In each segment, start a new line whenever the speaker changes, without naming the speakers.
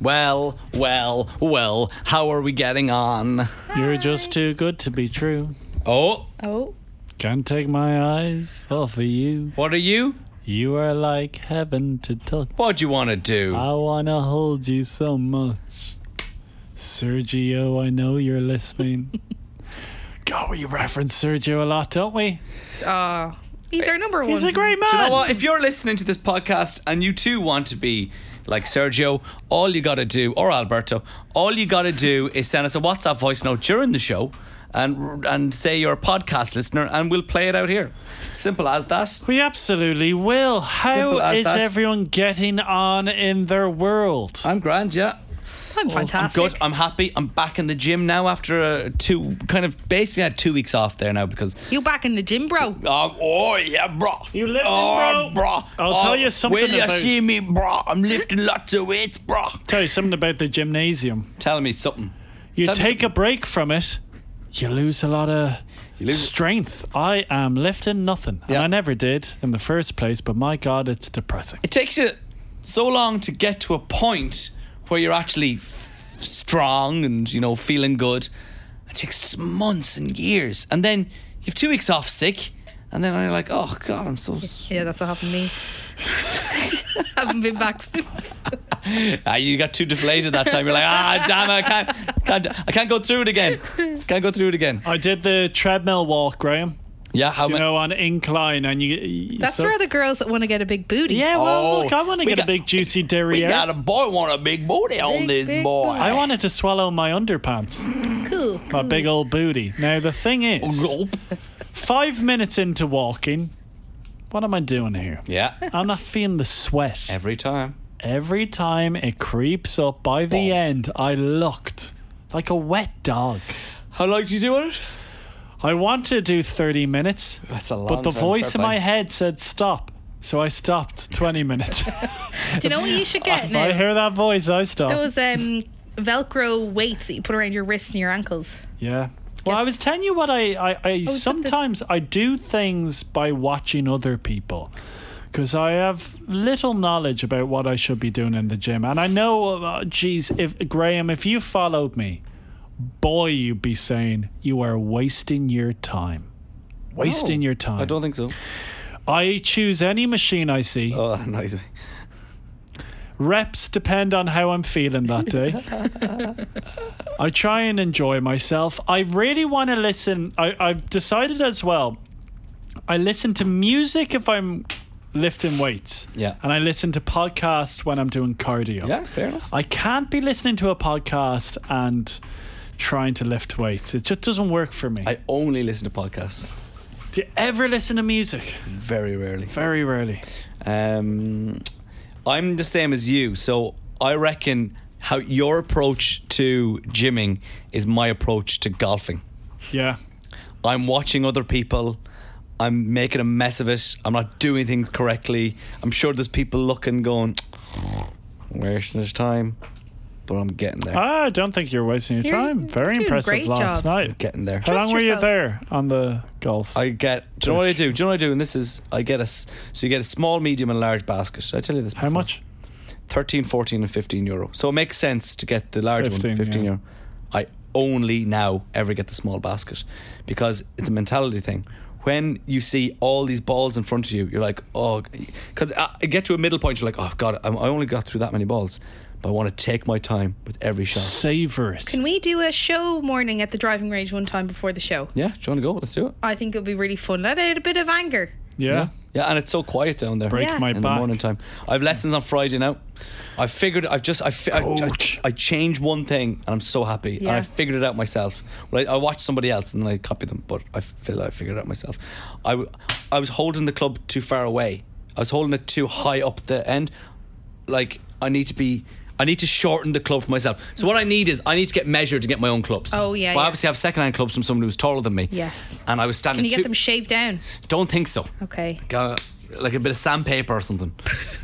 Well, well, well, how are we getting on?
You're just too good to be true.
Oh,
Oh,
Can't take my eyes off of you.
what are you?
You are like heaven to touch.
What do you want to do?
I wanna hold you so much. Sergio, I know you're listening. God, we reference Sergio a lot, don't we?
oh, he's our number one.
He's a great man.
Mm-hmm. Do you know what? If you're listening to this podcast and you too want to be like Sergio, all you got to do, or Alberto, all you got to do is send us a WhatsApp voice note during the show and and say you're a podcast listener and we'll play it out here. Simple as that.
We absolutely will.
Simple
How
as
is
that.
everyone getting on in their world?
I'm grand, yeah.
Oh, I'm
I'm
fantastic.
good. I'm happy. I'm back in the gym now after uh two, kind of basically I had two weeks off there now because
You back in the gym, bro?
Oh, oh yeah, bro.
You lifting,
oh,
bro? I'll
Oh,
tell you something
Will you
about-
see me, bro? I'm lifting lots of weights, bro.
Tell you something about the gymnasium.
Tell me something.
You
Tell me
take a break from it, you lose a lot of
lose-
strength. I am lifting nothing, and
Yeah.
I never did in the first place. But my God, it's depressing.
It takes you so long to get to a point where you're actually f- strong and you know feeling good. It takes months and years, and then you've two weeks off sick, and then you're like, oh god, I'm so.
Yeah, that's what happened to me. Haven't been back since.
Ah, you got too deflated that time. You're like, ah, damn, it, I can't, can't, I can't go through it again. Can't go through it again.
I did the treadmill walk, Graham.
Yeah, how
You
many?
know, on incline, and you.
That's
so-
for the girls that want to get a big booty.
Yeah, well,
Oh,
look, I want to
we
get a
got-
big juicy
We
derriere.
got a boy want a big booty on
Big,
this
big
boy.
booty.
I wanted to swallow my underpants,
cool.
my
Mm.
big old booty. Now the thing
Oh,
is,
Gulp.
five minutes into walking, what am I doing here?
Yeah.
I'm not feeling the sweat.
Every time.
Every time it creeps up, by the end, I looked like a wet dog.
How long do you do it?
I want to do 30 minutes,
That's a long
but the
time,
voice
fair
in my
play.
head said stop. So I stopped 20 minutes.
Do you know what you should get
If I
now?
hear that voice, I stop.
Those um, Velcro weights that you put around your wrists and your ankles.
yeah. Well, I was telling you what I, I,
Oh,
I
the-
sometimes I do things by watching other people because I have little knowledge about what I should be doing in the gym. And I know, uh, geez, if Graham, if you followed me, boy, you'd be saying you are wasting your time. Wasting your time.
I don't think so.
I choose any machine I see.
Oh, no.
Reps depend on how I'm feeling that day. I try and enjoy myself. I really want to listen. I, I've decided as well. I listen to music if I'm lifting weights.
Yeah.
And I listen to podcasts when I'm doing cardio.
Yeah, fair enough.
I can't be listening to a podcast and trying to lift weights. It just doesn't work for me.
I only listen to podcasts.
Do you ever listen to music?
Mm. Very rarely.
Very rarely.
Um, I'm the same as you, so I reckon how your approach to gymming is my approach to golfing.
Yeah.
I'm watching other people. I'm making a mess of it. I'm not doing things correctly. I'm sure there's people looking, going, wasting his time, but I'm getting there.
Ah, I don't think you're wasting your
You're-
time. Very
you're doing a
impressive
great
last
job.
night.
getting there.
How long
Trust
were you
yourself.
there on the golf?
I get. Do you know what I do? Do you know what I do? And this is, I get a. s- So you get a small, medium, and large basket. Did I tell you this?
How
before?
much?
13, 14, and 15 euro. So it makes sense to get the large
15,
one, 15
yeah.
euro. I only now ever get the small basket because it's a mentality thing. When you see all these balls in front of you, you're like, oh, because I I get to a middle point, you're like, oh, God, I'm- I only got through that many balls, but I want to take my time with every shot.
Savor it.
Can we do a show morning at the driving range one time before the show?
Yeah, do you want to go? Let's do it.
I think it would be really fun. Let out a bit of anger.
yeah.
Yeah, and it's so quiet down there.
Break
Yeah.
my
in
back.
the morning time. I have lessons on Friday now. I figured I've just I fi- I, I,
Coach.
I changed one thing and I'm so happy and
Yeah.
I figured it out myself. Well, I, I watched somebody else and I copied them, but I feel I figured it out myself. I w- I was holding the club too far away. I was holding it too high up the end. Like I need to be. I need to shorten the club for myself. So what I need is I need to get measured to get my own clubs.
Oh, yeah,
But I
yeah.
obviously have second hand clubs from someone who's taller than me.
Yes.
And I was standing.
Can you
too-
get them shaved down?
Don't think so
Okay.
uh, like a bit of sandpaper or something.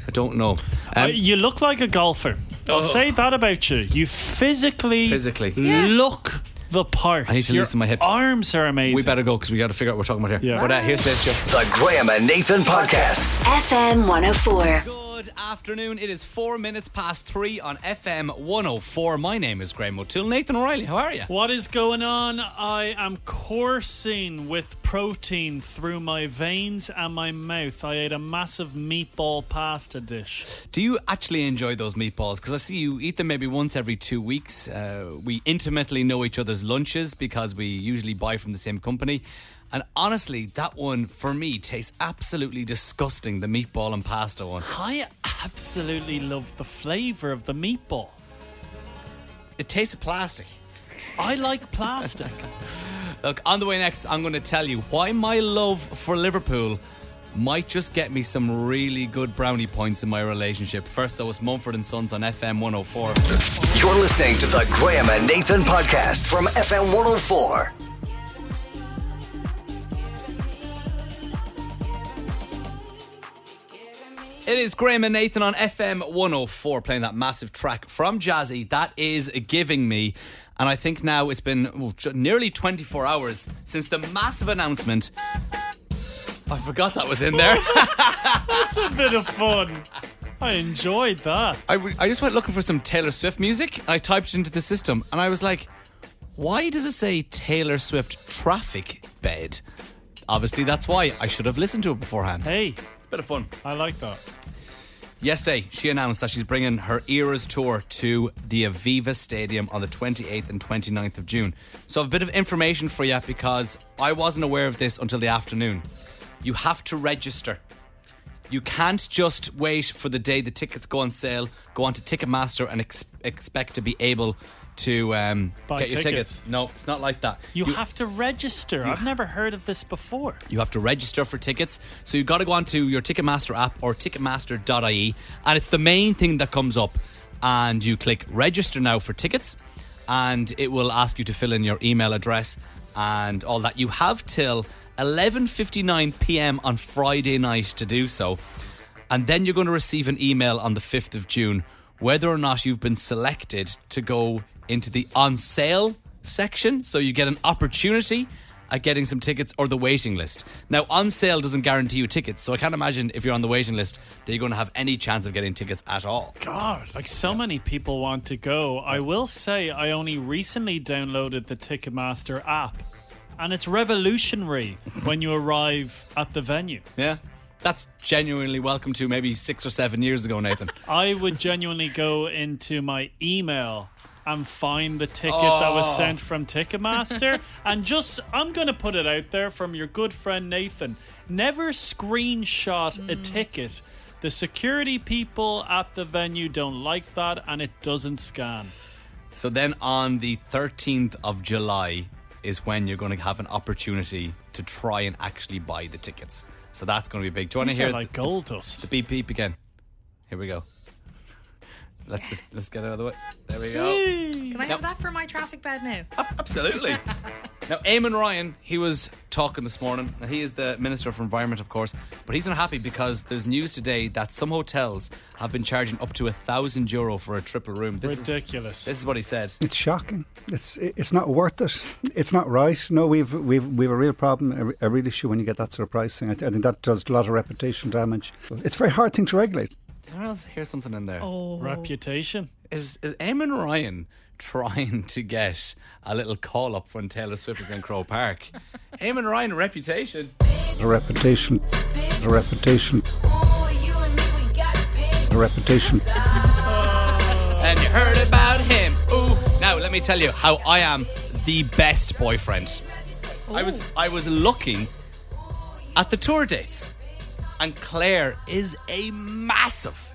I don't know.
Uh,
Um,
you look like a golfer. I'll say that about you. You Oh. physically,
Physically.
Yeah.
look the part. I
need to
Your
loosen my hips.
Arms are amazing.
we better go because we got to figure out uh, what we're talking about here.
Yeah.
But uh, here's this show.
oh
The Graham and Nathan Podcast.
FM 104.
Good afternoon. It is four minutes past three on FM 104. My name is Graham O'Toole. Nathan O'Reilly, how are you?
What is going on? I am coursing with protein through my veins and my mouth. I ate a massive meatball pasta dish.
Do you actually enjoy those meatballs? Because I see you eat them maybe once every two weeks. Uh, we intimately know each other's lunches because we usually buy from the same company. And honestly, that one for me tastes absolutely disgusting the meatball and pasta one.
I absolutely love the flavour of the meatball.
It tastes of plastic.
I like plastic.
Look, on the way next, I'm going to tell you why my love for Liverpool might just get me some really good brownie points in my relationship. First, though, it's Mumford and Sons on FM 104.
You're listening to the Graham and Nathan podcast from FM 104.
It is Graham and Nathan on FM 104 playing that massive track from Jazzy. That is Giving Me. And I think now it's been oh, ju- nearly 24 hours since the massive announcement. I forgot that was in there.
That's a bit of fun. I enjoyed that.
I, w- I just went looking for some Taylor Swift music. And I typed into the system and I was like, why does it say Taylor Swift traffic bed? Obviously, that's why I should have listened to it beforehand.
Hey,
It's a bit of fun.
I like that.
Yesterday, she announced that she's bringing her Eras tour to the Aviva Stadium on the 28th and 29th of June. So, I have a bit of information for you because I wasn't aware of this until the afternoon. You have to register. You can't just wait for the day the tickets go on sale, go on to Ticketmaster, and ex- expect to be able to um,
Buy
get your
tickets.
tickets. No, it's not like that.
You, have to register. I've never heard of this before.
You have to register for tickets. So you've got to go onto your Ticketmaster app or ticketmaster.ie. E, And it's the main thing that comes up. And you click register now for tickets. And it will ask you to fill in your email address and all that. You have till 11.59 p.m. on Friday night to do so. And then you're going to receive an email on the 5th of June whether or not you've been selected to go into the on sale section. So you get an opportunity at getting some tickets or the waiting list. Now, on sale doesn't guarantee you tickets. So I can't imagine if you're on the waiting list that you're going to have any chance of getting tickets at all.
God, Ah, like so many people want to go. I will say I only recently downloaded the Ticketmaster app, and it's revolutionary when you arrive at the venue.
Yeah. That's genuinely welcome to maybe six or seven years ago, Nathan.
I would genuinely go into my email and find the ticket that
Oh.
was sent from Ticketmaster. and just, I'm going to put it out there from your good friend Nathan. Never screenshot a
Hmm.
ticket. The security people at the venue don't like that and it doesn't scan.
So then on the 13th of July is when you're going to have an opportunity to try and actually buy the tickets. So that's going to be big. Do you want to
These are
hear
like gold dust.
the beep beep again? Here we go. Let's just let's get it out of the way. There we go.
Can I
Yep.
have that for my traffic bed now?
Absolutely. Now, Eamon Ryan, he was talking this morning. and He is the Minister for Environment, of course, but he's not happy because there's news today that some hotels have been charging up to a thousand euro for a triple room. This is,
Ridiculous.
this is what he said.
It's shocking. It's it's not worth it. It's not right. No, we've we've we've a real problem, a, re- a real issue when you get that sort of pricing. I, th- I think that does a lot of reputation damage. It's a very hard thing to regulate.
Did anyone else hear something in there?
Reputation.
Is is Eamon Ryan trying to get a little call up when Taylor Swift is in Crow Park? Eamon Ryan reputation.
A reputation, a reputation, a reputation.
And you heard about him. Ooh. Now let me tell you how I am the best boyfriend. I was I was looking at the tour dates. And Claire is a massive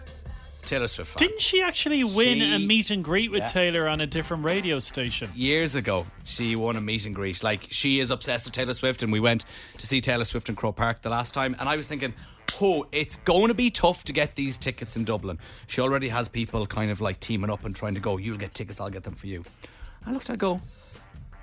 Taylor Swift fan.
Didn't she actually win
She-
a meet and greet with
Yeah.
Taylor on a different radio station?
years ago, she won a meet and greet. Like she is obsessed with Taylor Swift, and we went to see Taylor Swift in Crow Park the last time. And I was thinking, oh, it's going to be tough to get these tickets in Dublin. She already has people kind of like teaming up and trying to go. You'll get tickets. I'll get them for you. I looked. I go.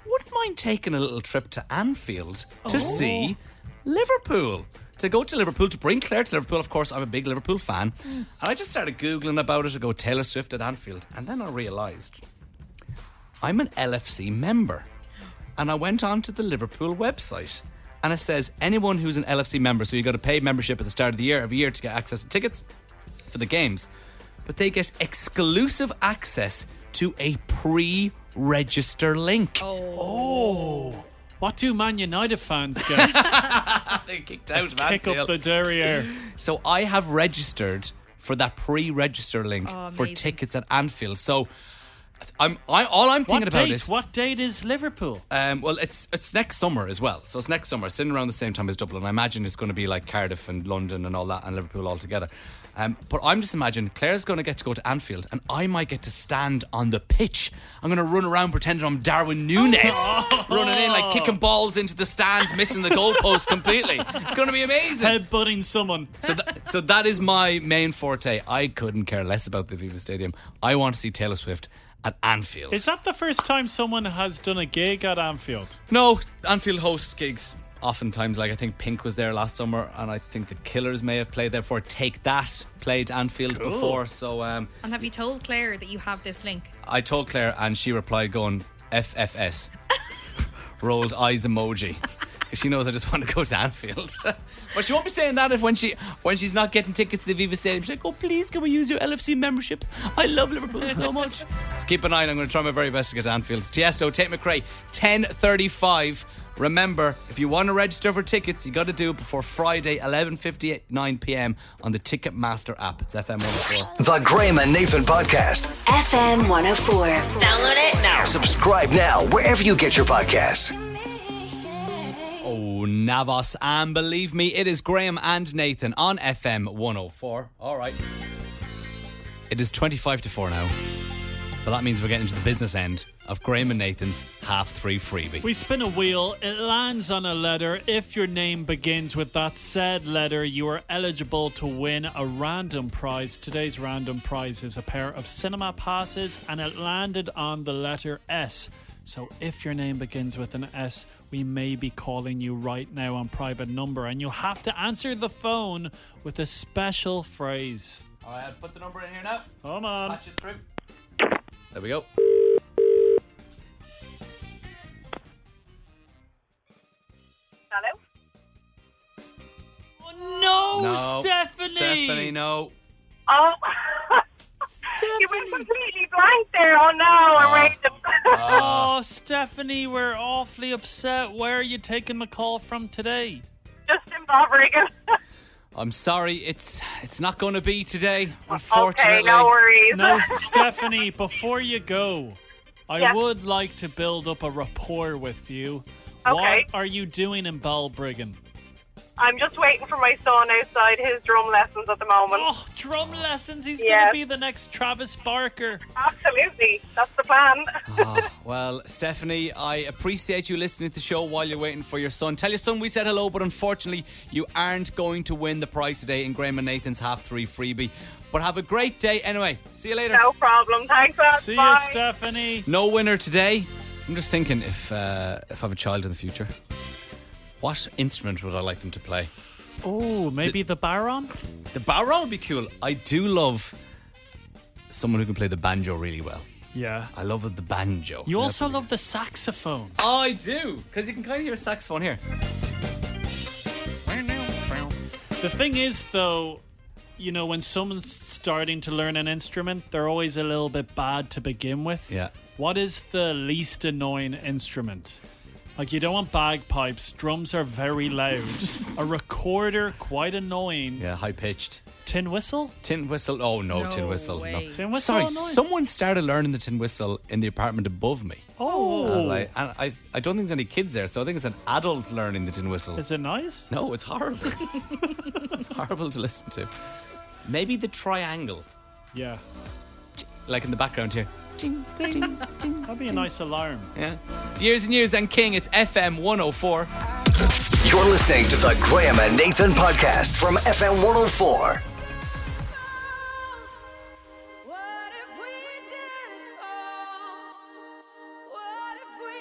Wouldn't mind taking a little trip to Anfield to see Liverpool. To go to Liverpool, to bring Claire to Liverpool, of course, I'm a big Liverpool fan. And I just started Googling about it to go Taylor Swift at Anfield. And then I realised I'm an LFC member. And I went on to the Liverpool website and it says anyone who's an LFC member, so you got to pay membership at the start of the year, every year to get access to tickets. for the games, but they get exclusive access to a pre register link.
What do Man United fans get?
They kicked out of
Pick up
Anfield.
the derriere.
So I have registered for that pre-register link
Oh,
for
amazing.
tickets at Anfield. So I'm I all I'm
What
thinking about
date?
is
What date is Liverpool?
um, well it's it's next summer as well. So it's next summer, it's in around the same time as Dublin. I imagine it's going to be like Cardiff and London and all that and Liverpool all together. Um, but I'm just imagining Claire's going to get to go to Anfield and I might get to stand on the pitch. I'm going to run around pretending I'm Darwin Nunes, running in like kicking balls into the stands, missing the goalpost completely. It's going to be amazing.
Headbutting someone.
So, th- so that is my main forte. I couldn't care less about the Viva Stadium. I want to see Taylor Swift at Anfield.
Is that the first time someone has done a gig at Anfield?
no, Anfield hosts gigs oftentimes. Like I think Pink was there last summer, and I think the Killers may have played there. For Take That played Anfield before. So um,
And have you told Claire that you have this link?
I told Claire, and she replied, going FFS, rolled eyes emoji. 'Cause She knows I just want to go to Anfield, but she won't be saying that if when she when she's not getting tickets to the Viva Stadium. She's like, "Oh, please, can we use your LFC membership? I love Liverpool so much." so keep an eye, on. I'm going to try my very best to get to Anfield. It's Tiesto, Tate McRae, 10:35. Remember, if you want to register for tickets, you got to do it before Friday, 11:59 p.m. on the Ticketmaster app. It's FM 104.
The Graham and Nathan Podcast.
FM 104. Download it now.
Subscribe now wherever you get your podcasts.
Oh, Navas. And believe me, it is Graham and Nathan on FM 104. All right. It is 25 to 4 now. But that means we're getting to the business end of Graham and Nathan's half three freebie.
We spin a wheel, it lands on a letter. If your name begins with that said letter, you are eligible to win a random prize. Today's random prize is a pair of cinema passes, and it landed on the letter S. So if your name begins with an S, we may be calling you right now on private number, and you have to answer the phone with a special phrase.
All right, I'll put the number in here now.
Come on.
Patch it through. There we go.
Hello?
Oh, no, Stephanie.
Stephanie, no.
Oh, you went completely blank there. Oh, no, I'm random.
Oh, Stephanie, we're awfully upset. Where are you taking the call from today?
Justin Bobrigan.
I'm sorry, it's it's not going to be today, unfortunately.
okay, no worries.
No, Stephanie, before you go, I
Yes.
would like to build up a rapport with you.
Okay.
What are you doing in Balbriggan?
I'm just waiting for my son outside his drum lessons at the moment.
Oh, drum lessons. He's going
Yes.
to be the next Travis Barker.
Absolutely. That's the plan.
Oh.
Ah, well, Stephanie, I appreciate you listening to the show while you're waiting for your son. Tell your son we said hello, but unfortunately, you aren't going to win the prize today in Graham and Nathan's half three freebie. But have a great day anyway. See you later.
no problem. Thanks, a lot.
See
Bye.
you, Stephanie.
No winner today. I'm just thinking if uh, if I have a child in the future, what instrument would I like them to play?
Oh, maybe the Baron?
The baron would be cool. I do love someone who can play the banjo really well.
Yeah.
I love the banjo.
You also love the saxophone.
I do, because you can kind of hear a saxophone here.
The thing is, though, you know, when someone's starting to learn an instrument, they're always a little bit bad to begin with.
Yeah.
What is the least annoying instrument? Like, you don't want bagpipes, drums are very loud, a recorder, quite annoying,
Yeah, high pitched.
tin whistle?
Tin whistle? Oh no,
No
tin whistle.
way.
No.
Tin whistle
Sorry,
annoying.
someone started learning the tin whistle in the apartment above me.
Oh,
I was like, and I, I don't think there's any kids there, so I think it's an adult learning the tin whistle.
is it nice?
no, it's horrible. it's horrible to listen to. Maybe the triangle,
Yeah.
like in the background here.
That'd be a nice alarm.
Yeah. Years and years and King. It's FM 104.
You're listening to the Graham and Nathan Podcast from FM 104.
What if we just fall? What if we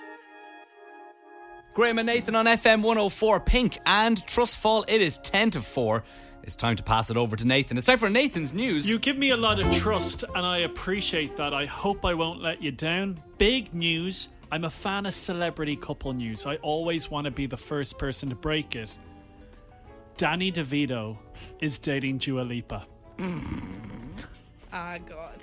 just
Graham and Nathan on FM 104 Pink and Trustfall. It is 10 to 4. It's time to pass it over to Nathan. It's time for Nathan's news.
You give me a lot of trust, and I appreciate that. I hope I won't let you down. Big news I'm a fan of celebrity couple news. I always want to be the first person to break it. Danny DeVito is dating Dua Lipa.
Ah, God.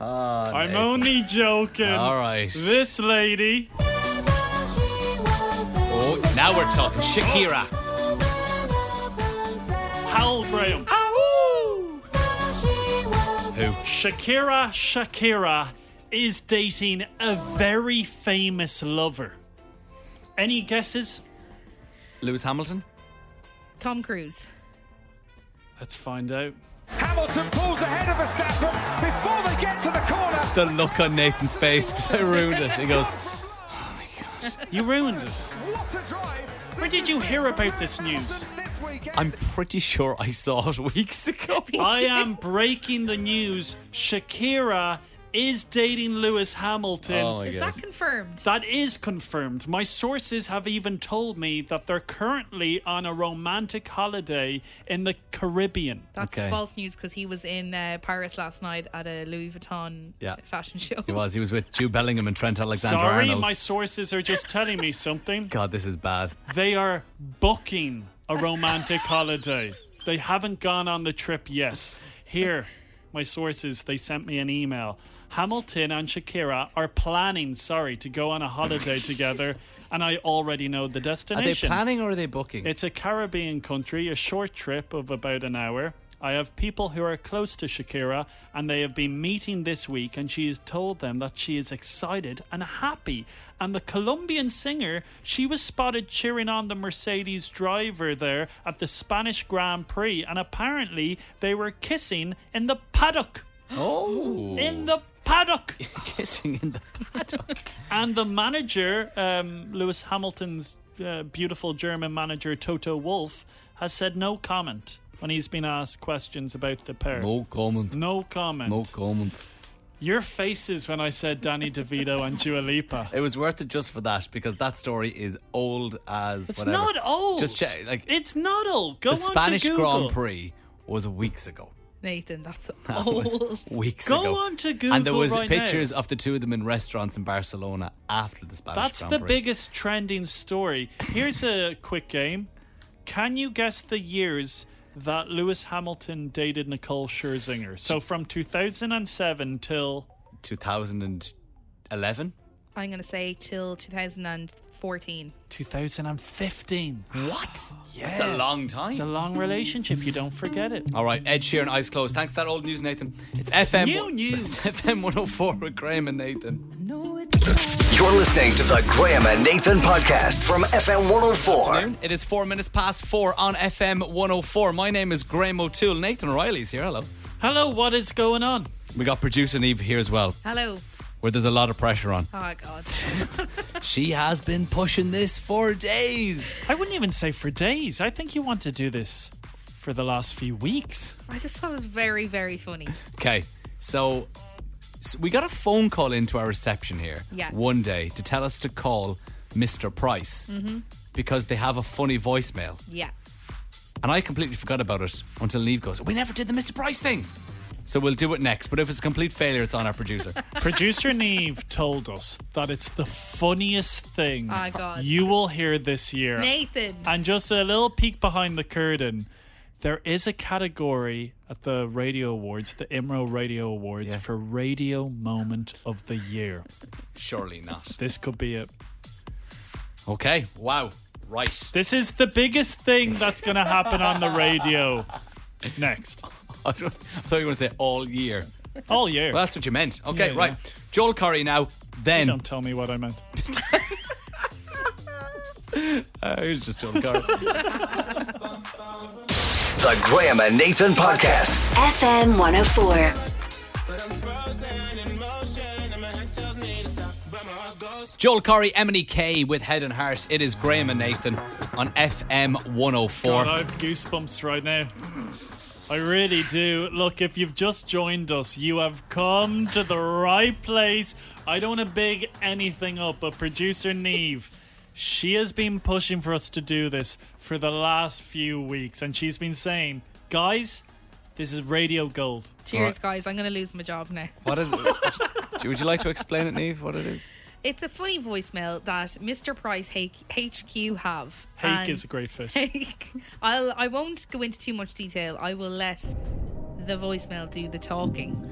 Ah,
I'm
Nate.
only joking.
All right.
This lady.
Oh, now we're talking Shakira.
Hal Graham.
Who?
Shakira Shakira is dating a very famous lover. Any guesses?
Lewis Hamilton.
Tom Cruise.
Let's find out.
Hamilton pulls ahead of Verstappen before they get to the corner.
The look on Nathan's face because I ruined it. He goes,
You ruined us.
What a drive!
Where did you hear about this news?
This weekend.
I'm pretty sure I saw it weeks ago.
I am breaking the news. Shakira is dating Lewis Hamilton.
Oh my
Is
god.
that confirmed?
That is confirmed. My sources have even told me that they're currently on a romantic holiday in the Caribbean.
That's
Okay.
false news because he was in uh, Paris last night at a Louis Vuitton
Yeah.
fashion show.
He was. He was with Jude Bellingham and Trent Alexander
Sorry,
Arnold.
my sources are just telling me something.
God, this is bad.
They are booking a romantic holiday. They haven't gone on the trip yet. Here, my sources, they sent me an email. Hamilton and Shakira are planning, sorry, to go on a holiday together, and I already know the
Are they
destination.
planning or are they booking?
It's a Caribbean country, a short trip of about an hour. I have people who are close to Shakira and they have been meeting this week and she has told them that she is excited and happy. And the Colombian singer, she was spotted cheering on the Mercedes driver there at the Spanish Grand Prix and apparently they were kissing in the paddock.
oh,
In the paddock.
kissing in the
And the manager, um, Lewis Hamilton's uh, beautiful German manager Toto Wolf, has said no comment when he's been asked questions about the pair.
no comment.
No comment.
No comment.
Your faces when I said Danny DeVito and Dua Lipa.
It was worth it just for that because that story is old as.
It's
whatever.
not old.
Just check. Like
it's not old. Go
the
on
Spanish
to Google.
Grand Prix was weeks ago.
Nathan, that's
That
old.
was weeks
Go
ago.
on to
And there
Google
was
right now.
pictures of the two of them in restaurants in Barcelona after the Spanish
That's
Grand
the
Prix.
biggest trending story. Here's a quick game. Can you guess the years that Lewis Hamilton dated Nicole Scherzinger? So from 2007 till
2011.
I'm going to say till 2014.
2015.
What? Yeah. That's a long time.
It's a long relationship. You don't forget it.
All right, Ed Sheeran, eyes closed. Thanks for that old news, Nathan. It's FM.
new news.
It's FM 104 with Graham and Nathan.
You're listening to the Graham and Nathan podcast from FM 104.
It is four minutes past four on FM 104. My name is Graham O'Toole. Nathan O'Reilly's here. Hello.
Hello, what is going on?
We got producer Neve here as well,
Hello.
where there's a lot of pressure on.
Oh, God.
She has been pushing this for days.
I wouldn't even say for days. I think you want to do this for the last few weeks.
I just thought it was very, very funny.
Okay, so, s we got a phone call into our reception here
Yeah.
one day to tell us to call Mr. Price
Mm-hmm.
because they have a funny voicemail.
Yeah.
And I completely forgot about it until Neve goes, We never did the Mr. Price thing. So we'll do it next. But if it's a complete failure, it's on our producer.
Producer Neve told us that it's the funniest thing
Oh, God.
you will hear this year.
Nathan.
Uh,
And just a little peek behind the curtain, there is a category at the Radio Awards, the IMRO Radio Awards, for Radio Moment of the Year.
Surely not.
This could be it.
Okay, wow. Right.
This is the biggest thing that's going to happen on the radio next.
I thought you were going to say all year.
All year.
Well, that's what you meant. Okay,
Yeah,
right.
yeah.
Joel Curry now. Then.
Don't tell me what I meant.
Uh, it was just Joel Curry.
The Graham and Nathan podcast.
FM 104.
Joel Curry, Emily Kay with Head and Heart. It is Graham and Nathan on FM 104.
God, I have goosebumps right now. I really do. Look, if you've just joined us, you have come to the right place. I don't want to big anything up, but producer Neve, she has been pushing for us to do this for the last few weeks, and she's been saying, guys, this is radio gold.
Cheers,
Alright.
guys. I'm going to lose my job now.
What is it? Would you like to explain it, Neve, what it is?
It's a funny voicemail that Mr. Price H- HQ have.
Hake
And-
is a great fish.
Hake. I'll. I won't go into too much detail. I will let the voicemail do the talking.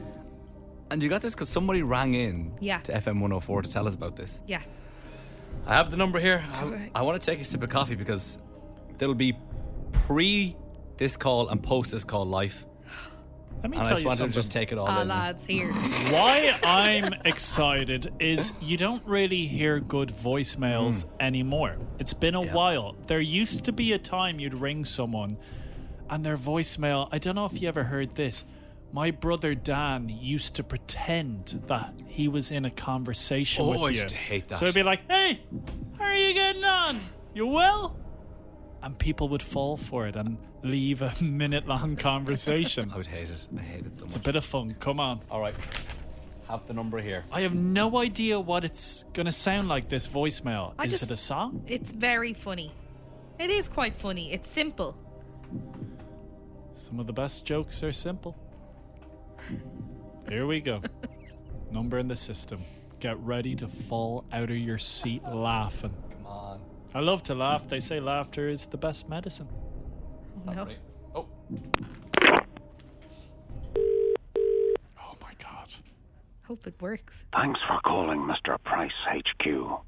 And you got this because somebody rang in
Yeah.
to FM 104 to tell us about this.
Yeah.
I have the number here. I, I want to take a sip of coffee because there'll be pre this call and post this call life.
Let me
And I
tell
just
you
wanted to
something.
just take it all
Ah,
in.
lads, here.
Why I'm excited is you don't really hear good voicemails
Hmm.
anymore. It's been a while. There used to be a time you'd ring someone and their voicemail, I don't know if you ever heard this. My brother Dan used to pretend that he was in a conversation
Oh,
with you.
I used to hate that.
So he'd be like, "Hey, how are you getting on? You well?" And people would fall for it and leave a minute-long conversation.
I would hate it. I hate it so
it's a
much.
bit of fun. Come on.
All right. Have the number here.
I have no idea what it's gonna sound like. This voicemail.
I
Is
just-
it a song?
It's very funny. It is quite funny. It's simple.
Some of the best jokes are simple. Here we go. Number in the system. Get ready to fall out of your seat laughing.
Come on.
I love to laugh. They say laughter is the best medicine.
No.
Right. Oh.
Oh my god.
Hope it works.
Thanks for calling, Mr. Price HQ.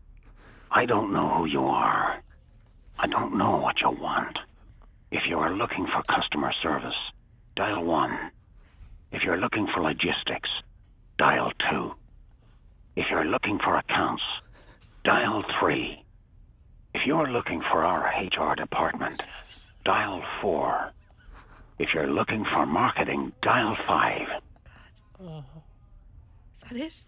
I don't know who you are. I don't know what you want. If you are looking for customer service, dial 1. If you're looking for logistics, dial 2. If you're looking for accounts, dial 3. If you're looking for our HR department, dial 4. If you're looking for marketing, dial 5.
Is that it?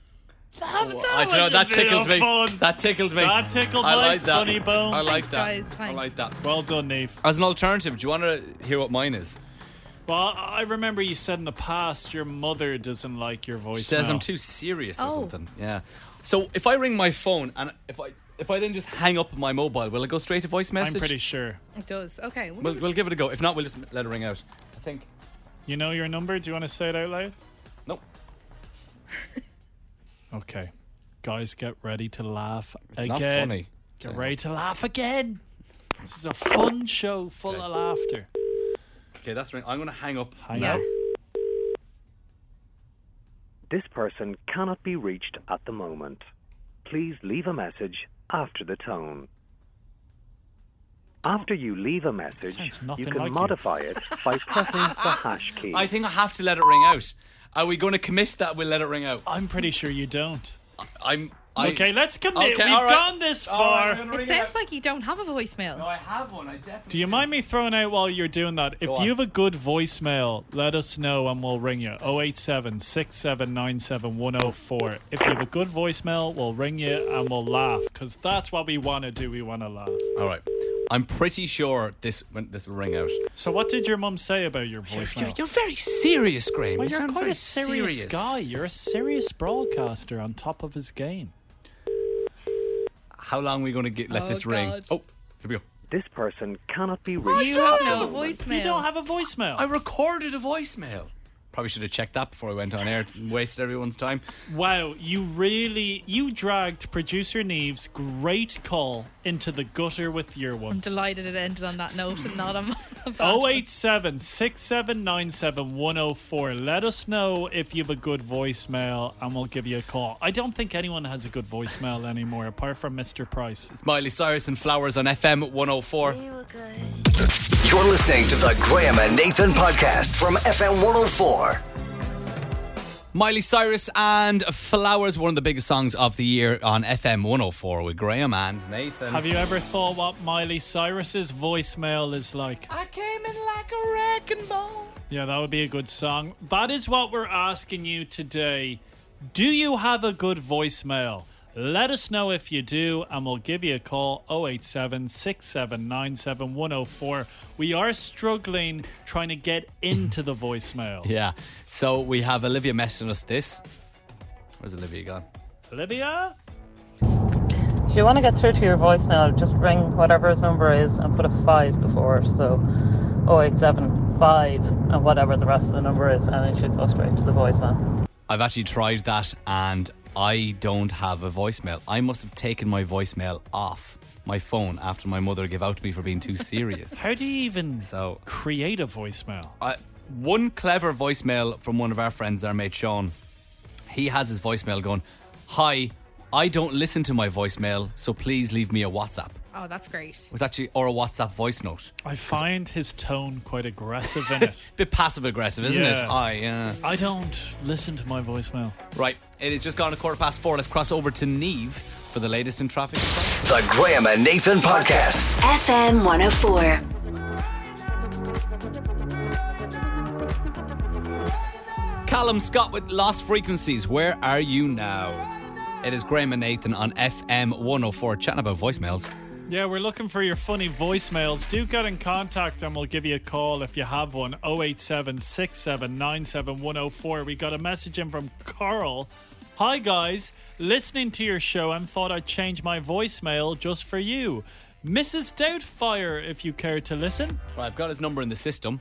I don't know. That tickled me. That tickled me.
That tickled
I
my
like that.
funny bone.
I like
Thanks,
that.
guys,
I
thanks.
like that.
Well done, Neve.
As an alternative, do you want to hear what mine is?
Well, I I remember you said in the past your mother doesn't like your voice.
says I'm too serious or
Oh.
something. Yeah. So if I ring my phone and if I if I then just hang up my mobile, will it go straight to voice
I'm
message?
pretty sure.
It does. Okay. we'll
We'll,
give
we'll give it a go. If not, we'll just let it ring out. I think.
You know your number? Do you want to say it out loud?
Nope.
Okay. Guys, get ready to laugh
It's
again.
not funny.
Get ready to laugh again. This is a fun show full
Okay.
of laughter.
Okay, that's right. I'm gonna hang up.
Hang
Yeah.
on.
This person cannot be reached at the moment. Please leave a message after the tone. After you leave a message,
Sounds
you
nothing
can
like you.
modify it by pressing the hash key.
I think I have to let it ring out. Are we gonna commit that we'll let it ring out?
I'm pretty sure you don't.
I'm. I, Oh,
okay, let's commit.
Okay,
We've
all right.
gone this far.
it It sounds like you don't have a voicemail.
I have one. I definitely.
Do you mind me throwing out while you're doing that? If
Go on.
you have a good voicemail, let us know and we'll ring you. 087 6797 104. If you have a good voicemail, we'll ring you and we'll laugh because that's what we want to do. We want to laugh.
All right. I'm pretty sure this when this will ring out.
So, what did your mum say about your voicemail?
very serious, Graham.
Well, you're quite a serious, guy. You're a serious broadcaster on top of his game.
How long are we gonna get, let
Oh,
this ring?
God.
Oh, here we go.
This person cannot be reached.
you
at
have
the
no
moment.
voicemail.
You don't have a voicemail.
I recorded a voicemail. Probably should have checked that before I went on air and wasted everyone's time.
wow, you really you dragged producer Neve's great call into the gutter with your
I'm
one.
delighted it ended on that note and not on a bad
Oh.
one.
087 6797 104. Let us know if you have a good voicemail and we'll give you a call. I don't think anyone has a good voicemail anymore apart from Mr. Price.
It's Miley Cyrus and Flowers on FM 104.
You're listening to the Graham and Nathan podcast from FM 104.
Miley Cyrus and Flowers, one of the biggest songs of the year on FM 104 with Graham and Nathan.
Have you ever thought what Miley Cyrus's voicemail is like?
I came in like a wrecking ball.
Yeah, that would be a good song. That is what we're asking you today. Do you have a good voicemail? Let us know if you do, and we'll give you a call 087 6797 104. We are struggling trying to get into the voicemail.
Yeah. So we have Olivia messaging us this. Where's Olivia gone?
Olivia?
If you want to get through to your voicemail, just ring whatever his number is and put a five before it. So 0875 and whatever the rest of the number is, and it should go straight to the voicemail.
I've actually tried that and I don't have a voicemail. I must have taken my voicemail off my phone after my mother gave out to me for being too serious.
How do you even
So- Uh,
create a voicemail?
I, one clever voicemail from one of our friends, our mate Sean. He has his voicemail going, Hi, I don't listen to my voicemail, so please leave me a WhatsApp.
Oh, that's great.
It was actually, or a WhatsApp voice note.
I find his tone quite aggressive in it.
bit passive aggressive, isn't it?
Yeah.
Hi, yeah.
I don't listen to my voicemail.
Right, it is just gone a quarter past four. Let's cross over to Neve for the latest in traffic.
The Graham and Nathan Podcast.
FM 104.
Callum Scott with Lost Frequencies. Where are you now? It is Graham and Nathan on FM 104 chatting about voicemails.
Yeah, we're looking for your funny voicemails. Do get in contact and we'll give you a call if you have one. 087 We got a message in from Carl. Hi guys, listening to your show and thought I'd change my voicemail just for you. Mrs. Doubtfire, if you care to listen.
Right, I've got his number in the system.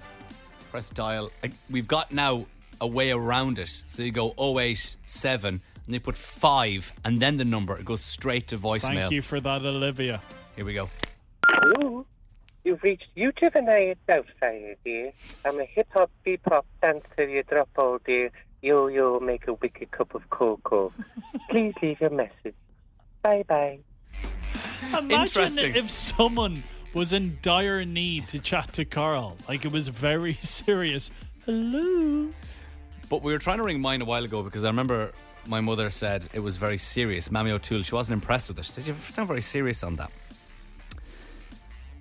Press dial. I- We've got now a way around it. So you go 087 and they put 5 and then the number. It goes straight to voicemail.
Thank you for that, Olivia.
Here we go.
Hello. You've reached Utah and I Doubtfire, dear. I'm a hip hop, beep hop dancer, you drop all dear. Yo yo, make a wicked cup of cocoa. Please leave your message. Bye bye.
Imagine
Interesting.
if someone was in dire need to chat to Carl. Like it was very serious. Hello.
But we were trying to ring mine a while ago because I remember my mother said it was very serious. Mammy O'Toole, she wasn't impressed with it. She said, You sound very serious on that.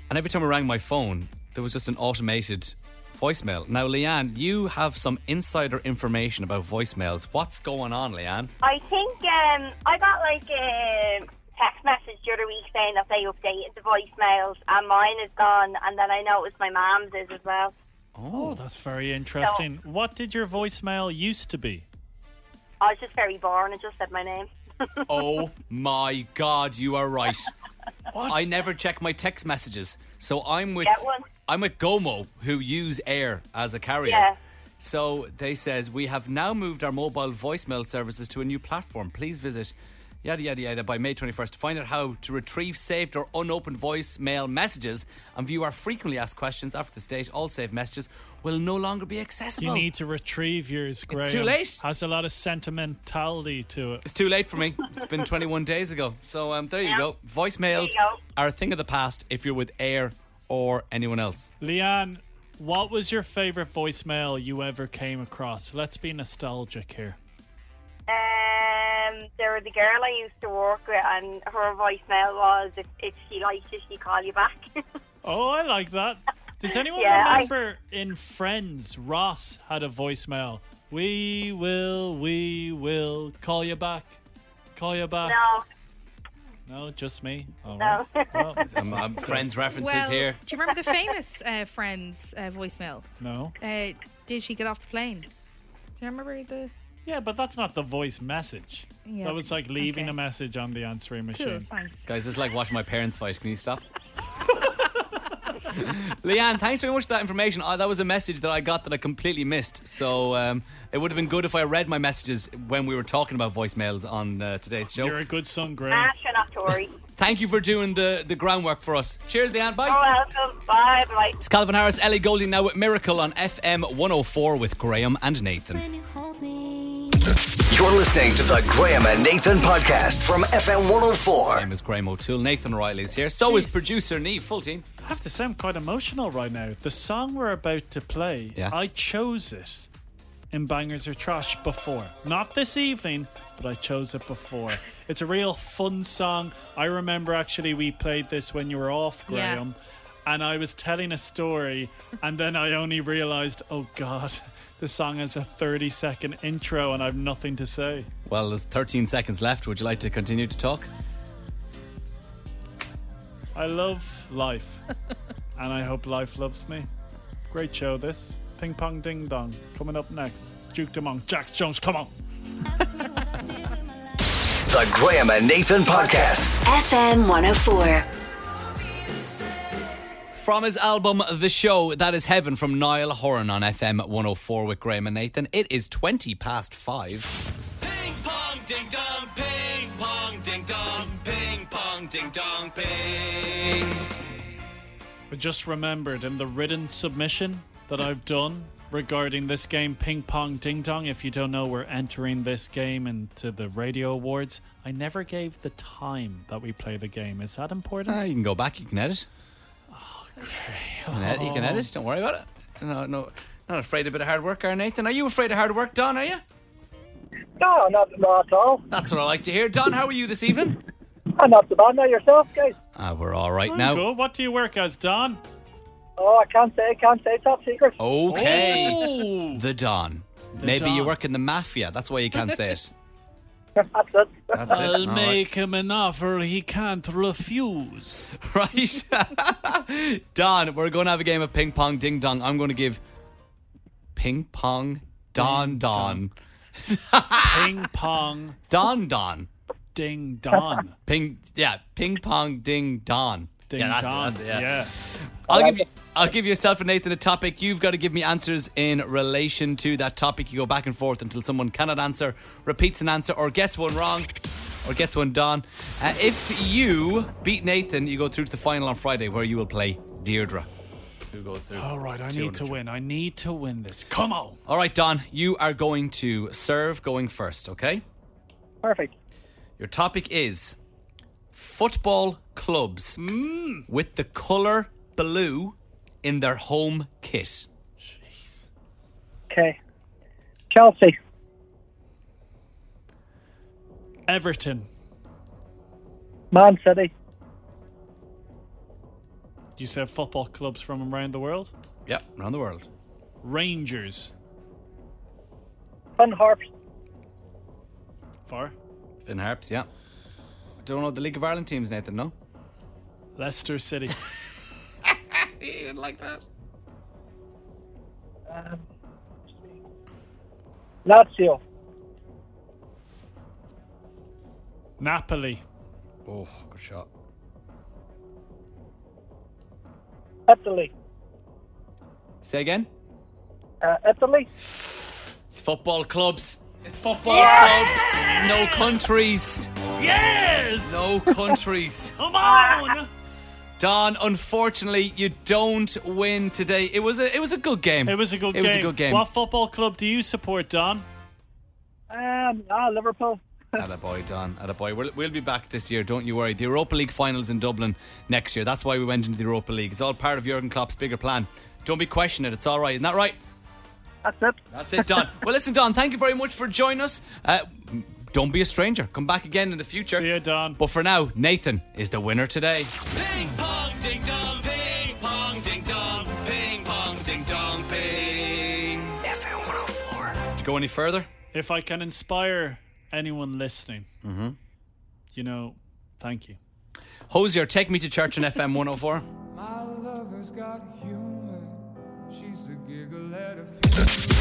And every time I rang my phone, there was just an automated voicemail. Now, Leanne, you have some insider information about voicemails. What's going on, Leanne?
I think um, I got like a text message the other week saying that they updated the voicemails and mine is gone, and then I noticed my mom's is as well.
Oh, that's very interesting. What did your voicemail used to be?
I was just very boring. It just said my name.
oh my god, you are right. I never check my text messages. So I'm with
Get one.
I'm with Gomo who use Air as a carrier.
Yeah.
So they says we have now moved our mobile voicemail services to a new platform. Please visit yada yada yada by May 21st to find out how to retrieve saved or unopened voicemail messages and view our frequently asked questions after this date. All saved messages will no longer be accessible.
You need to retrieve yours, Graham.
Oh. too late.
Has a lot of sentimentality to it.
It's too late for me. It's been 21 days ago. So um, there you go. Voicemails
There you go.
are a thing of the past if you're with Air or anyone else.
Leanne, what was your favorite voicemail you ever came across? Let's be nostalgic here.
Um, there was a girl I used to work with, and her voicemail was, "If, if she likes you, she call you back."
Oh, I like that. Does anyone
Yeah, I-
remember in Friends, Ross had a voicemail? We will, we will call you back. Call you back.
no,
No, just me. All
No.
right. Well,
I'm- I'm Um, Friends references
well,
here.
Do you remember the famous uh, Friends uh, voicemail?
No.
Uh, did she get off the plane? Do you remember the?
Yeah, but that's not the voice message.
Yeah.
That was like leaving
Okay.
a message on the answering machine.
Cool, thanks.
Guys, this is like watching my parents fight. Can you stop? Leanne, thanks very much for that information. Uh, that was a message that I got that I completely missed. So um, it would have been good if I read my messages when we were talking about voicemails on uh, today's show. You're
a good son,
nah, sure not to worry.
Thank you for doing the, the groundwork for us. Cheers, Leanne. Bye.
You're welcome. Bye. Bye.
It's Calvin Harris, Ellie Goldie now with Miracle on FM 104 with Graham and Nathan.
You're listening to the Graham and Nathan Podcast from FM 104.
My name is Graham O'Toole. Nathan O'Reilly's here. So is producer Neve. Full team.
I have to say, I'm quite emotional right now. The song we're about to play,
Yeah.
I chose it in Bangers or Trash before. Not this evening, but I chose it before. it's a real fun song. I remember actually we played this when you were off,
Yeah.
Graham, and I was telling a story, and then I only realized, oh God, the song has a 30 second intro and I've nothing to say.
Well, there's 13 seconds left. Would you like to continue to talk?
I love life, and I hope life loves me. Great show, this. Ping Pong Ding Dong. Coming up next, it's Duke DeMong. Jack Jones, come on.
The Graham and Nathan Podcast.
FM 104.
From his album The Show, that is Heaven from Niall Horan on FM 104 with Graham and Nathan. It is 20 past 5.
Ping pong ding dong, ping pong ding dong, ping pong ding dong, ping.
I just remembered in the written submission that I've done regarding this game, Ping Pong Ding Dong. If you don't know, we're entering this game into the Radio Awards. I never gave the time that we play the game. Is that important?
Ah, you can go back. You can edit. You can, ed- you can edit. Don't worry about it. No, no, not afraid of a bit of hard work, are you, Nathan? Are you afraid of hard work, Don? Are you?
No, not, not at all.
That's what I like to hear. Don, how are you this evening?
I'm not so bad now yourself, guys.
Ah, we're all right
I'm
now.
good. What do you work as, Don?
Oh, I can't say, can't say, top secret.
Oh. Okay. The Don. Maybe you
Oh. Don.
work in the mafia. That's why you can't say it.
That's it.
That's it.
I'll
All right.
make him an offer he can't refuse.
Right. Don, we're going to have a game of ping pong ding dong. I'm going to give ping pong Don Don.
Ping pong
Don Don.
Ding Don.
Ping, yeah, ping pong ding don.
Ding
yeah, that's it,
Don.
that's it, yeah.
Yeah.
I'll give you. I'll give yourself and Nathan a topic. You've got to give me answers in relation to that topic. You go back and forth until someone cannot answer, repeats an answer, or gets one wrong, or gets one done. Uh, if you beat Nathan, you go through to the final on Friday, where you will play Deirdre. Who goes through?
All right, I need to win. I need to win this. Come on.
All right, Don. You are going to serve going first. Okay.
Perfect.
Your topic is football clubs with the colour blue in their home kit.
Okay. Chelsea.
Everton.
Man City.
You said football clubs from around the world?
Yep, around the world.
Rangers.
Fun Harps.
Far.
Finn Harps, yeah. Don't know the League of Ireland teams, Nathan, no?
Leicester City.
like that.
Um, Lazio.
Napoli.
Oh, good shot.
Italy.
Say again?
Uh, Italy.
It's football clubs. It's football clubs. No countries.
Yes!
No countries.
Come on!
Don, unfortunately, you don't win today. It was a it was a good game.
It was a good
It
game.
was a good game.
What football club do you support, Don?
Um, ah, Liverpool.
Attaboy, Don. Attaboy. We'll, we'll be back this year, don't you worry. The Europa League finals in Dublin next year. That's why we went into the Europa League. It's all part of Jurgen Klopp's bigger plan. Don't be questioning it. It's all right. Isn't that right?
That's it.
That's it, Don. well, listen, Don, thank you very much for joining us. Uh, don't be a stranger. Come back again in the future. See
you, Don.
But for now, Nathan is the winner today.
Ping pong ding dong, ping pong ding dong, ping pong ding dong, ping.
FM 104.
To go any further?
If I can inspire anyone listening,
Mm-hmm.
you know, thank you.
Hosier, take me to church on FM 104.
My lover's got humor. She's a giggle at a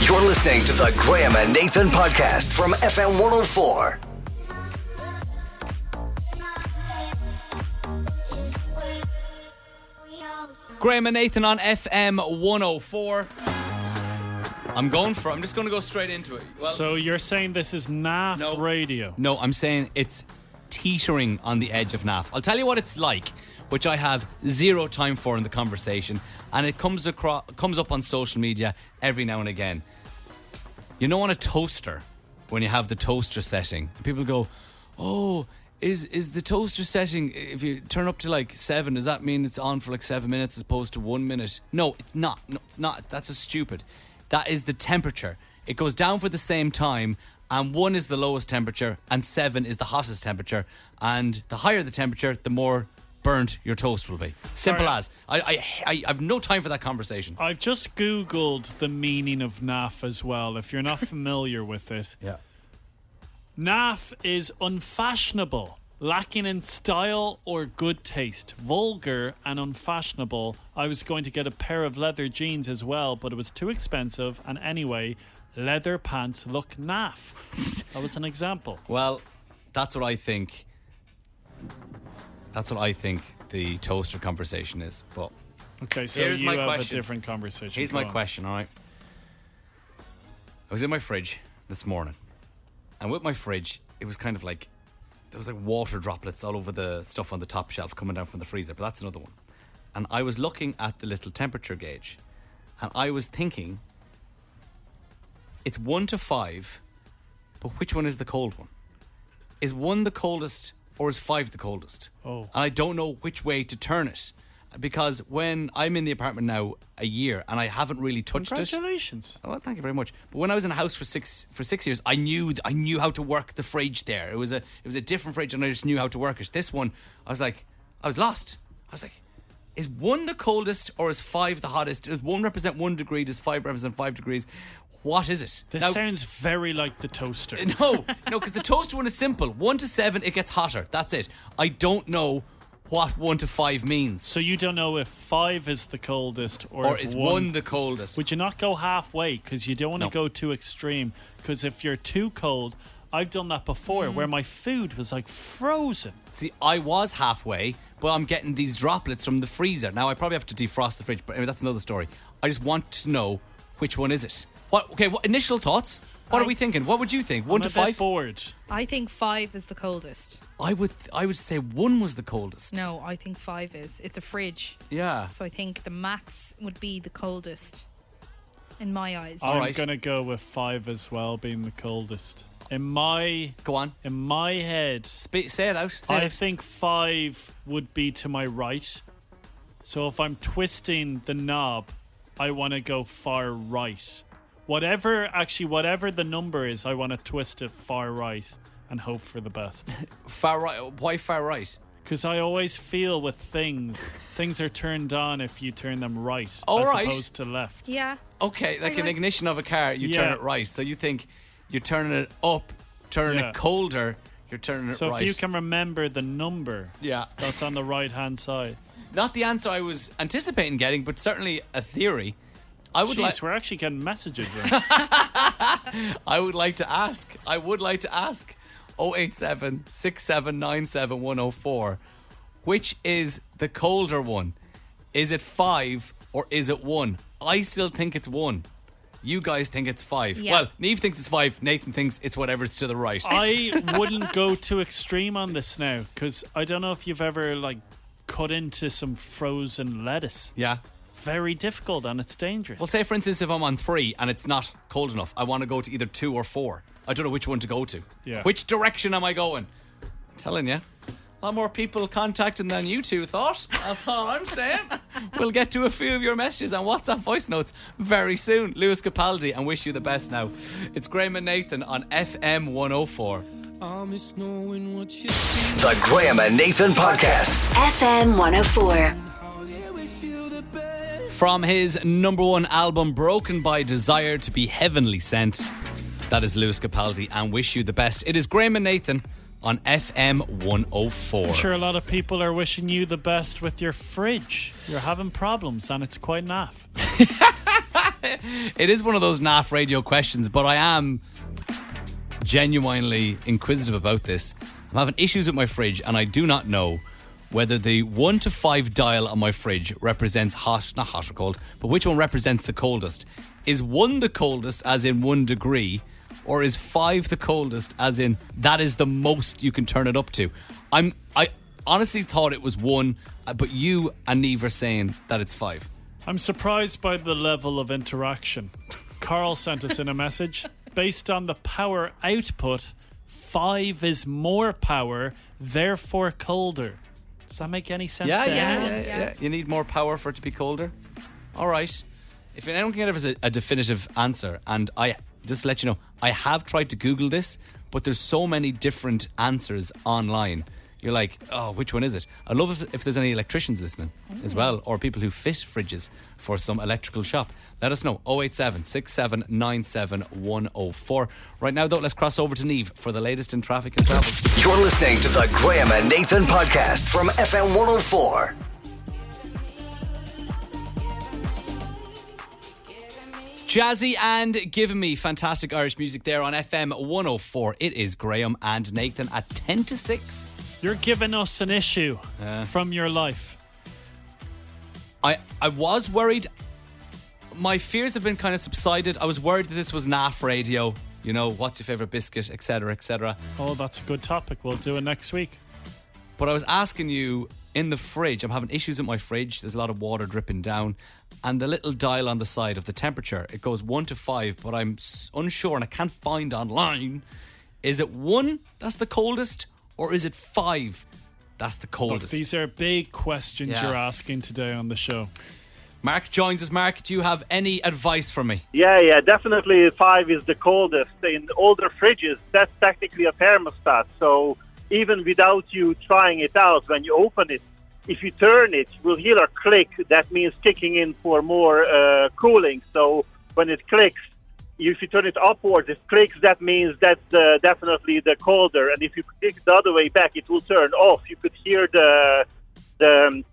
You're listening to the Graham and Nathan podcast from FM 104.
Graham and Nathan on FM 104. I'm going for I'm just going to go straight into it. Well,
so you're saying this is NAF radio?
No, I'm saying it's teetering on the edge of NAF. I'll tell you what it's like, which I have zero time for in the conversation, and it comes across comes up on social media every now and again. You know, on a toaster, when you have the toaster setting, people go, "Oh." Is, is the toaster setting if you turn up to like seven does that mean it's on for like seven minutes as opposed to one minute no it's not no it's not that's just stupid that is the temperature it goes down for the same time and one is the lowest temperature and seven is the hottest temperature and the higher the temperature the more burnt your toast will be simple
Sorry. Oh.
as I, I, I i've no time for that conversation
I've just Googled the meaning of NAF as well, if you're not familiar with it.
Yeah.
NAF is unfashionable, lacking in style or good taste, vulgar and unfashionable. I was going to get a pair of leather jeans as well, but it was too expensive, and anyway, leather pants look NAF. that was an example.
well that's what i think that's what i think the toaster conversation is but
Okay, so
Here's
you
my
have
question.
a different conversation.
Here's
Go
my
on.
question, all right? I was in my fridge this morning, and with my fridge, it was kind of like there was like water droplets all over the stuff on the top shelf coming down from the freezer, but that's another one. And I was looking at the little temperature gauge, and I was thinking It's one to five, but which one is the cold one? Is one the coldest or is five the coldest?
Oh.
And I don't know which way to turn it because when I'm in the apartment now a year and I haven't really touched it.
Congratulations.
Well, thank you very much. But when I was in a house for six for six years, I knew I knew how to work the fridge. There, it was a it was a different fridge, and I just knew how to work it. This one, I was like, I was lost. I was like, is one the coldest or is five the hottest? Does one represent one degree? Does five represent five degrees? What is it?
This
Now-
sounds very like the toaster.
no, no, because the toast one is simple. One to seven, it gets hotter. That's it. I don't know what one to five means.
So you don't know if five is the coldest or,
Or
if
is
one's-
one the coldest?
Would you not go halfway? Because you don't want to
No.
go too extreme. Because if you're too cold, I've done that before where my food was like frozen.
See, I was halfway, but I'm getting these droplets from the freezer. Now I probably have to defrost the fridge, but anyway, that's another story. I just want to know which one is it. What? Okay, what initial thoughts? What are we thinking? What would you think? One
I'm
to
a bit
five.
bored.
I think five is the coldest.
I would. I would say one was the coldest.
No, I think five is. It's a fridge.
Yeah.
So I think the max would be the coldest in my eyes.
I'm gonna go with five as well, being the coldest. In my
go on.
In my head,
say it out. say
I
it.
think five would be to my right. So if I'm twisting the knob, I want to go far right. Whatever, actually, whatever the number is, I want to twist it far right and hope for the best.
Far right. Why far right?
Because I always feel with things, things are turned on if you turn them right,
All
as
right.
opposed to left.
Yeah.
Okay, like
I
an
like-
ignition of a car, you turn
Yeah.
it right. So you think you're turning it up, turning
Yeah.
it colder, you're turning it
So
right.
if you can remember the number,
yeah.
that's on the right hand side.
Not the answer I was anticipating getting, but certainly a theory. I would
Jeez,
like.
we're actually getting messages. in.
I would like to ask. I would like to ask 087 6797 104, which is the colder one? Is it five or is it one? I still think it's one. You guys think it's five.
Yeah.
Well, Neve thinks it's five. Nathan thinks it's whatever's to the right.
I wouldn't go too extreme on this now because I don't know if you've ever like cut into some frozen lettuce.
Yeah.
Very difficult and it's dangerous.
Well, say for instance, if I'm on three and it's not cold enough, I want to go to either two or four. I don't know which one to go to.
Yeah.
Which direction am I going? I'm telling you. A lot more people contacting than you two thought. That's all I'm saying. we'll get to a few of your messages and WhatsApp voice notes very soon. Lewis Capaldi, and wish you the best now. It's Graham and Nathan on FM 104.
The Graham and Nathan Podcast.
FM 104.
From his number one album, Broken by Desire to Be Heavenly Sent, that is Lewis Capaldi, and wish you the best. It is Graham and Nathan on FM 104.
I'm sure a lot of people are wishing you the best with your fridge. You're having problems and it's quite naff.
It is one of those naff radio questions, but I am genuinely inquisitive about this. I'm having issues with my fridge, and I do not know whether the one to five dial on my fridge represents hot, not hot or cold, but which one represents the coldest. Is one the coldest, as in one degree, or is five the coldest, as in that is the most you can turn it up to? I'm I honestly thought it was one, uh, but you and Neve are saying that it's five.
I'm surprised by the level of interaction. Carl sent us in a message. Based on the power output, five is more power, therefore colder. Does that make any sense
yeah,
to
yeah,
anyone?
yeah, yeah, You need more power for it to be colder. All right. If anyone can give us a, a definitive answer, and I just let you know, I have tried to Google this, but there's so many different answers online. You're like, oh, which one is it? I love if, if there's any electricians listening as well, or people who fit fridges for some electrical shop. Let us know 087 6797 104. Right now, though, let's cross over to Neve for the latest in traffic and travel.
You're listening to the Graham and Nathan Podcast from FM 104.
Jazzy and Giving Me fantastic Irish music there on FM 104. It is Graham and Nathan at 10 to 6.
You're giving us an issue from your life.
I, I was worried. My fears have been kind of subsided. I was worried that this was NAF radio. You know, what's your favourite biscuit, etc., etc.
Oh, that's a good topic. We'll do it next week.
But I was asking you in the fridge. I'm having issues with my fridge. There's a lot of water dripping down, and the little dial on the side of the temperature it goes one to five, but I'm s- unsure and I can't find online. Is it one? That's the coldest, or is it five? That's the
Look,
coldest.
these are big questions
Yeah.
you're asking today on the show.
Mark joins us. Mark, do you have any advice for me?
Yeah, yeah, definitely five is the coldest. In older fridges, that's technically a thermostat. So even without you trying it out, when you open it, if you turn it, you will hear a click. That means kicking in for more uh, cooling. So when it clicks, if you turn it upwards, it clicks. That means that's uh, definitely the colder. And if you click the other way back, it will turn off. You could hear the the um,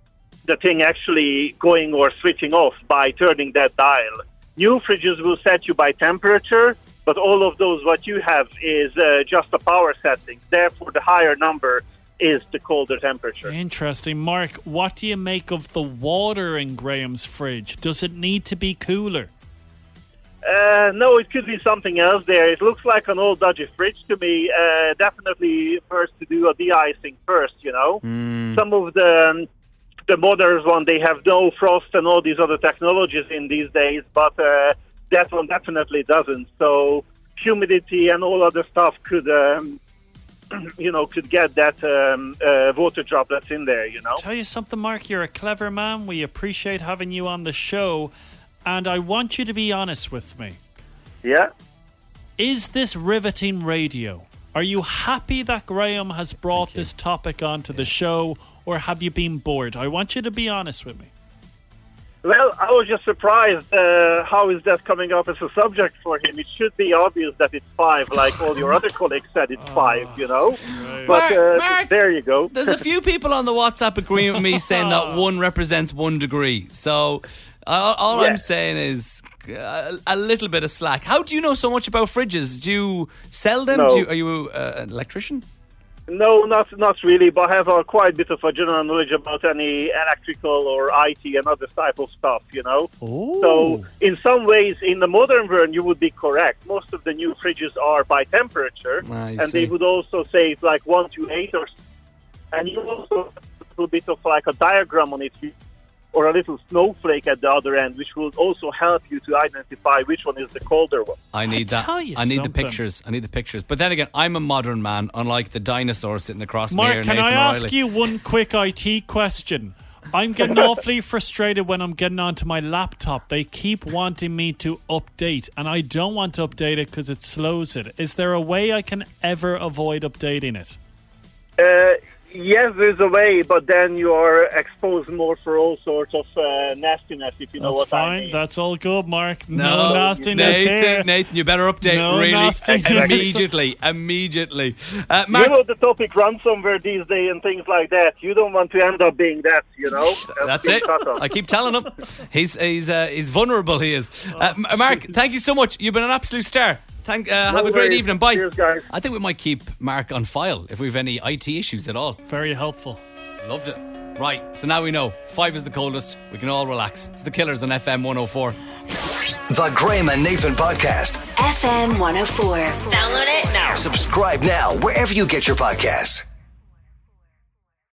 the thing actually going or switching off by turning that dial. New fridges will set you by temperature, but all of those what you have is uh, just a power setting. Therefore, the higher number is the colder temperature.
Interesting. Mark, what do you make of the water in Graham's fridge? Does it need to be cooler?
Uh, no, it could be something else there. It looks like an old dodgy fridge to me. Uh, definitely first to do a de-icing first, you know. Some of the um, the modern one, they have no frost and all these other technologies in these days, but uh, that one definitely doesn't. So humidity and all other stuff could, um, you know, could get that um, uh, water droplets in there, you know.
Tell you something, Mark, you're a clever man. We appreciate having you on the show. And I want you to be honest with me.
Yeah.
Is this riveting radio? Are you happy that Graham has brought this topic onto the show, or have you been bored? I want you to be honest with me.
Well, I was just surprised. Uh, how is that coming up as a subject for him? It should be obvious that it's five, like all your other colleagues said it's five, you know? But uh, there you go.
There's a few people on the WhatsApp agreeing with me saying that one represents one degree. So all, all I'm saying is uh, a little bit of slack. How do you know so much about fridges? Do you sell them?
No.
Do you, are you uh, an electrician?
No, not not really, but I have a quite bit of a general knowledge about any electrical or IT and other type of stuff, you know. So in some ways, in the modern world, you would be correct. Most of the new fridges are by temperature,
I
and
see.
they would also say it's like one to eight or. And you also have a little bit of like a diagram on it, or a little snowflake at the other end, which will also help you to identify which one is the colder one.
I need that.
tell you
I need the
something.
pictures. I need the pictures. But then again, I'm a modern man, unlike the dinosaur sitting across me.
Mark,
here,
can I
Nathan
ask
O'Reilly.
you one quick IT question? I'm getting awfully frustrated when I'm getting onto my laptop. They keep wanting me to update, and I don't want to update it because it slows it. Is there a way I can ever avoid updating it?
Uh, yes, there's a way, but then you are exposed more for all sorts of uh, nastiness, if you know
That's
what
fine.
I mean.
That's all good, Mark.
No,
No, nastiness
Nathan,
here.
Nathan, you better update
No
really
nastiness.
immediately. Immediately. Uh, Mark,
you know the topic ransomware these days and things like that. You don't want to end up being that, you know.
That's it. I keep telling him. He's he's uh, he's vulnerable. He is. Uh, M- Mark, thank you so much. You've been an absolute star. Thank. Uh,
No
have a great
worries.
evening. Bye. I think we might keep Mark on file if we've any IT issues at all.
Very helpful.
Loved it. Right. So now we know five is the coldest. We can all relax. It's the Killers on FM 104.
The Graham and Nathan Podcast.
FM 104.
Download it now. Subscribe now wherever you get your podcasts.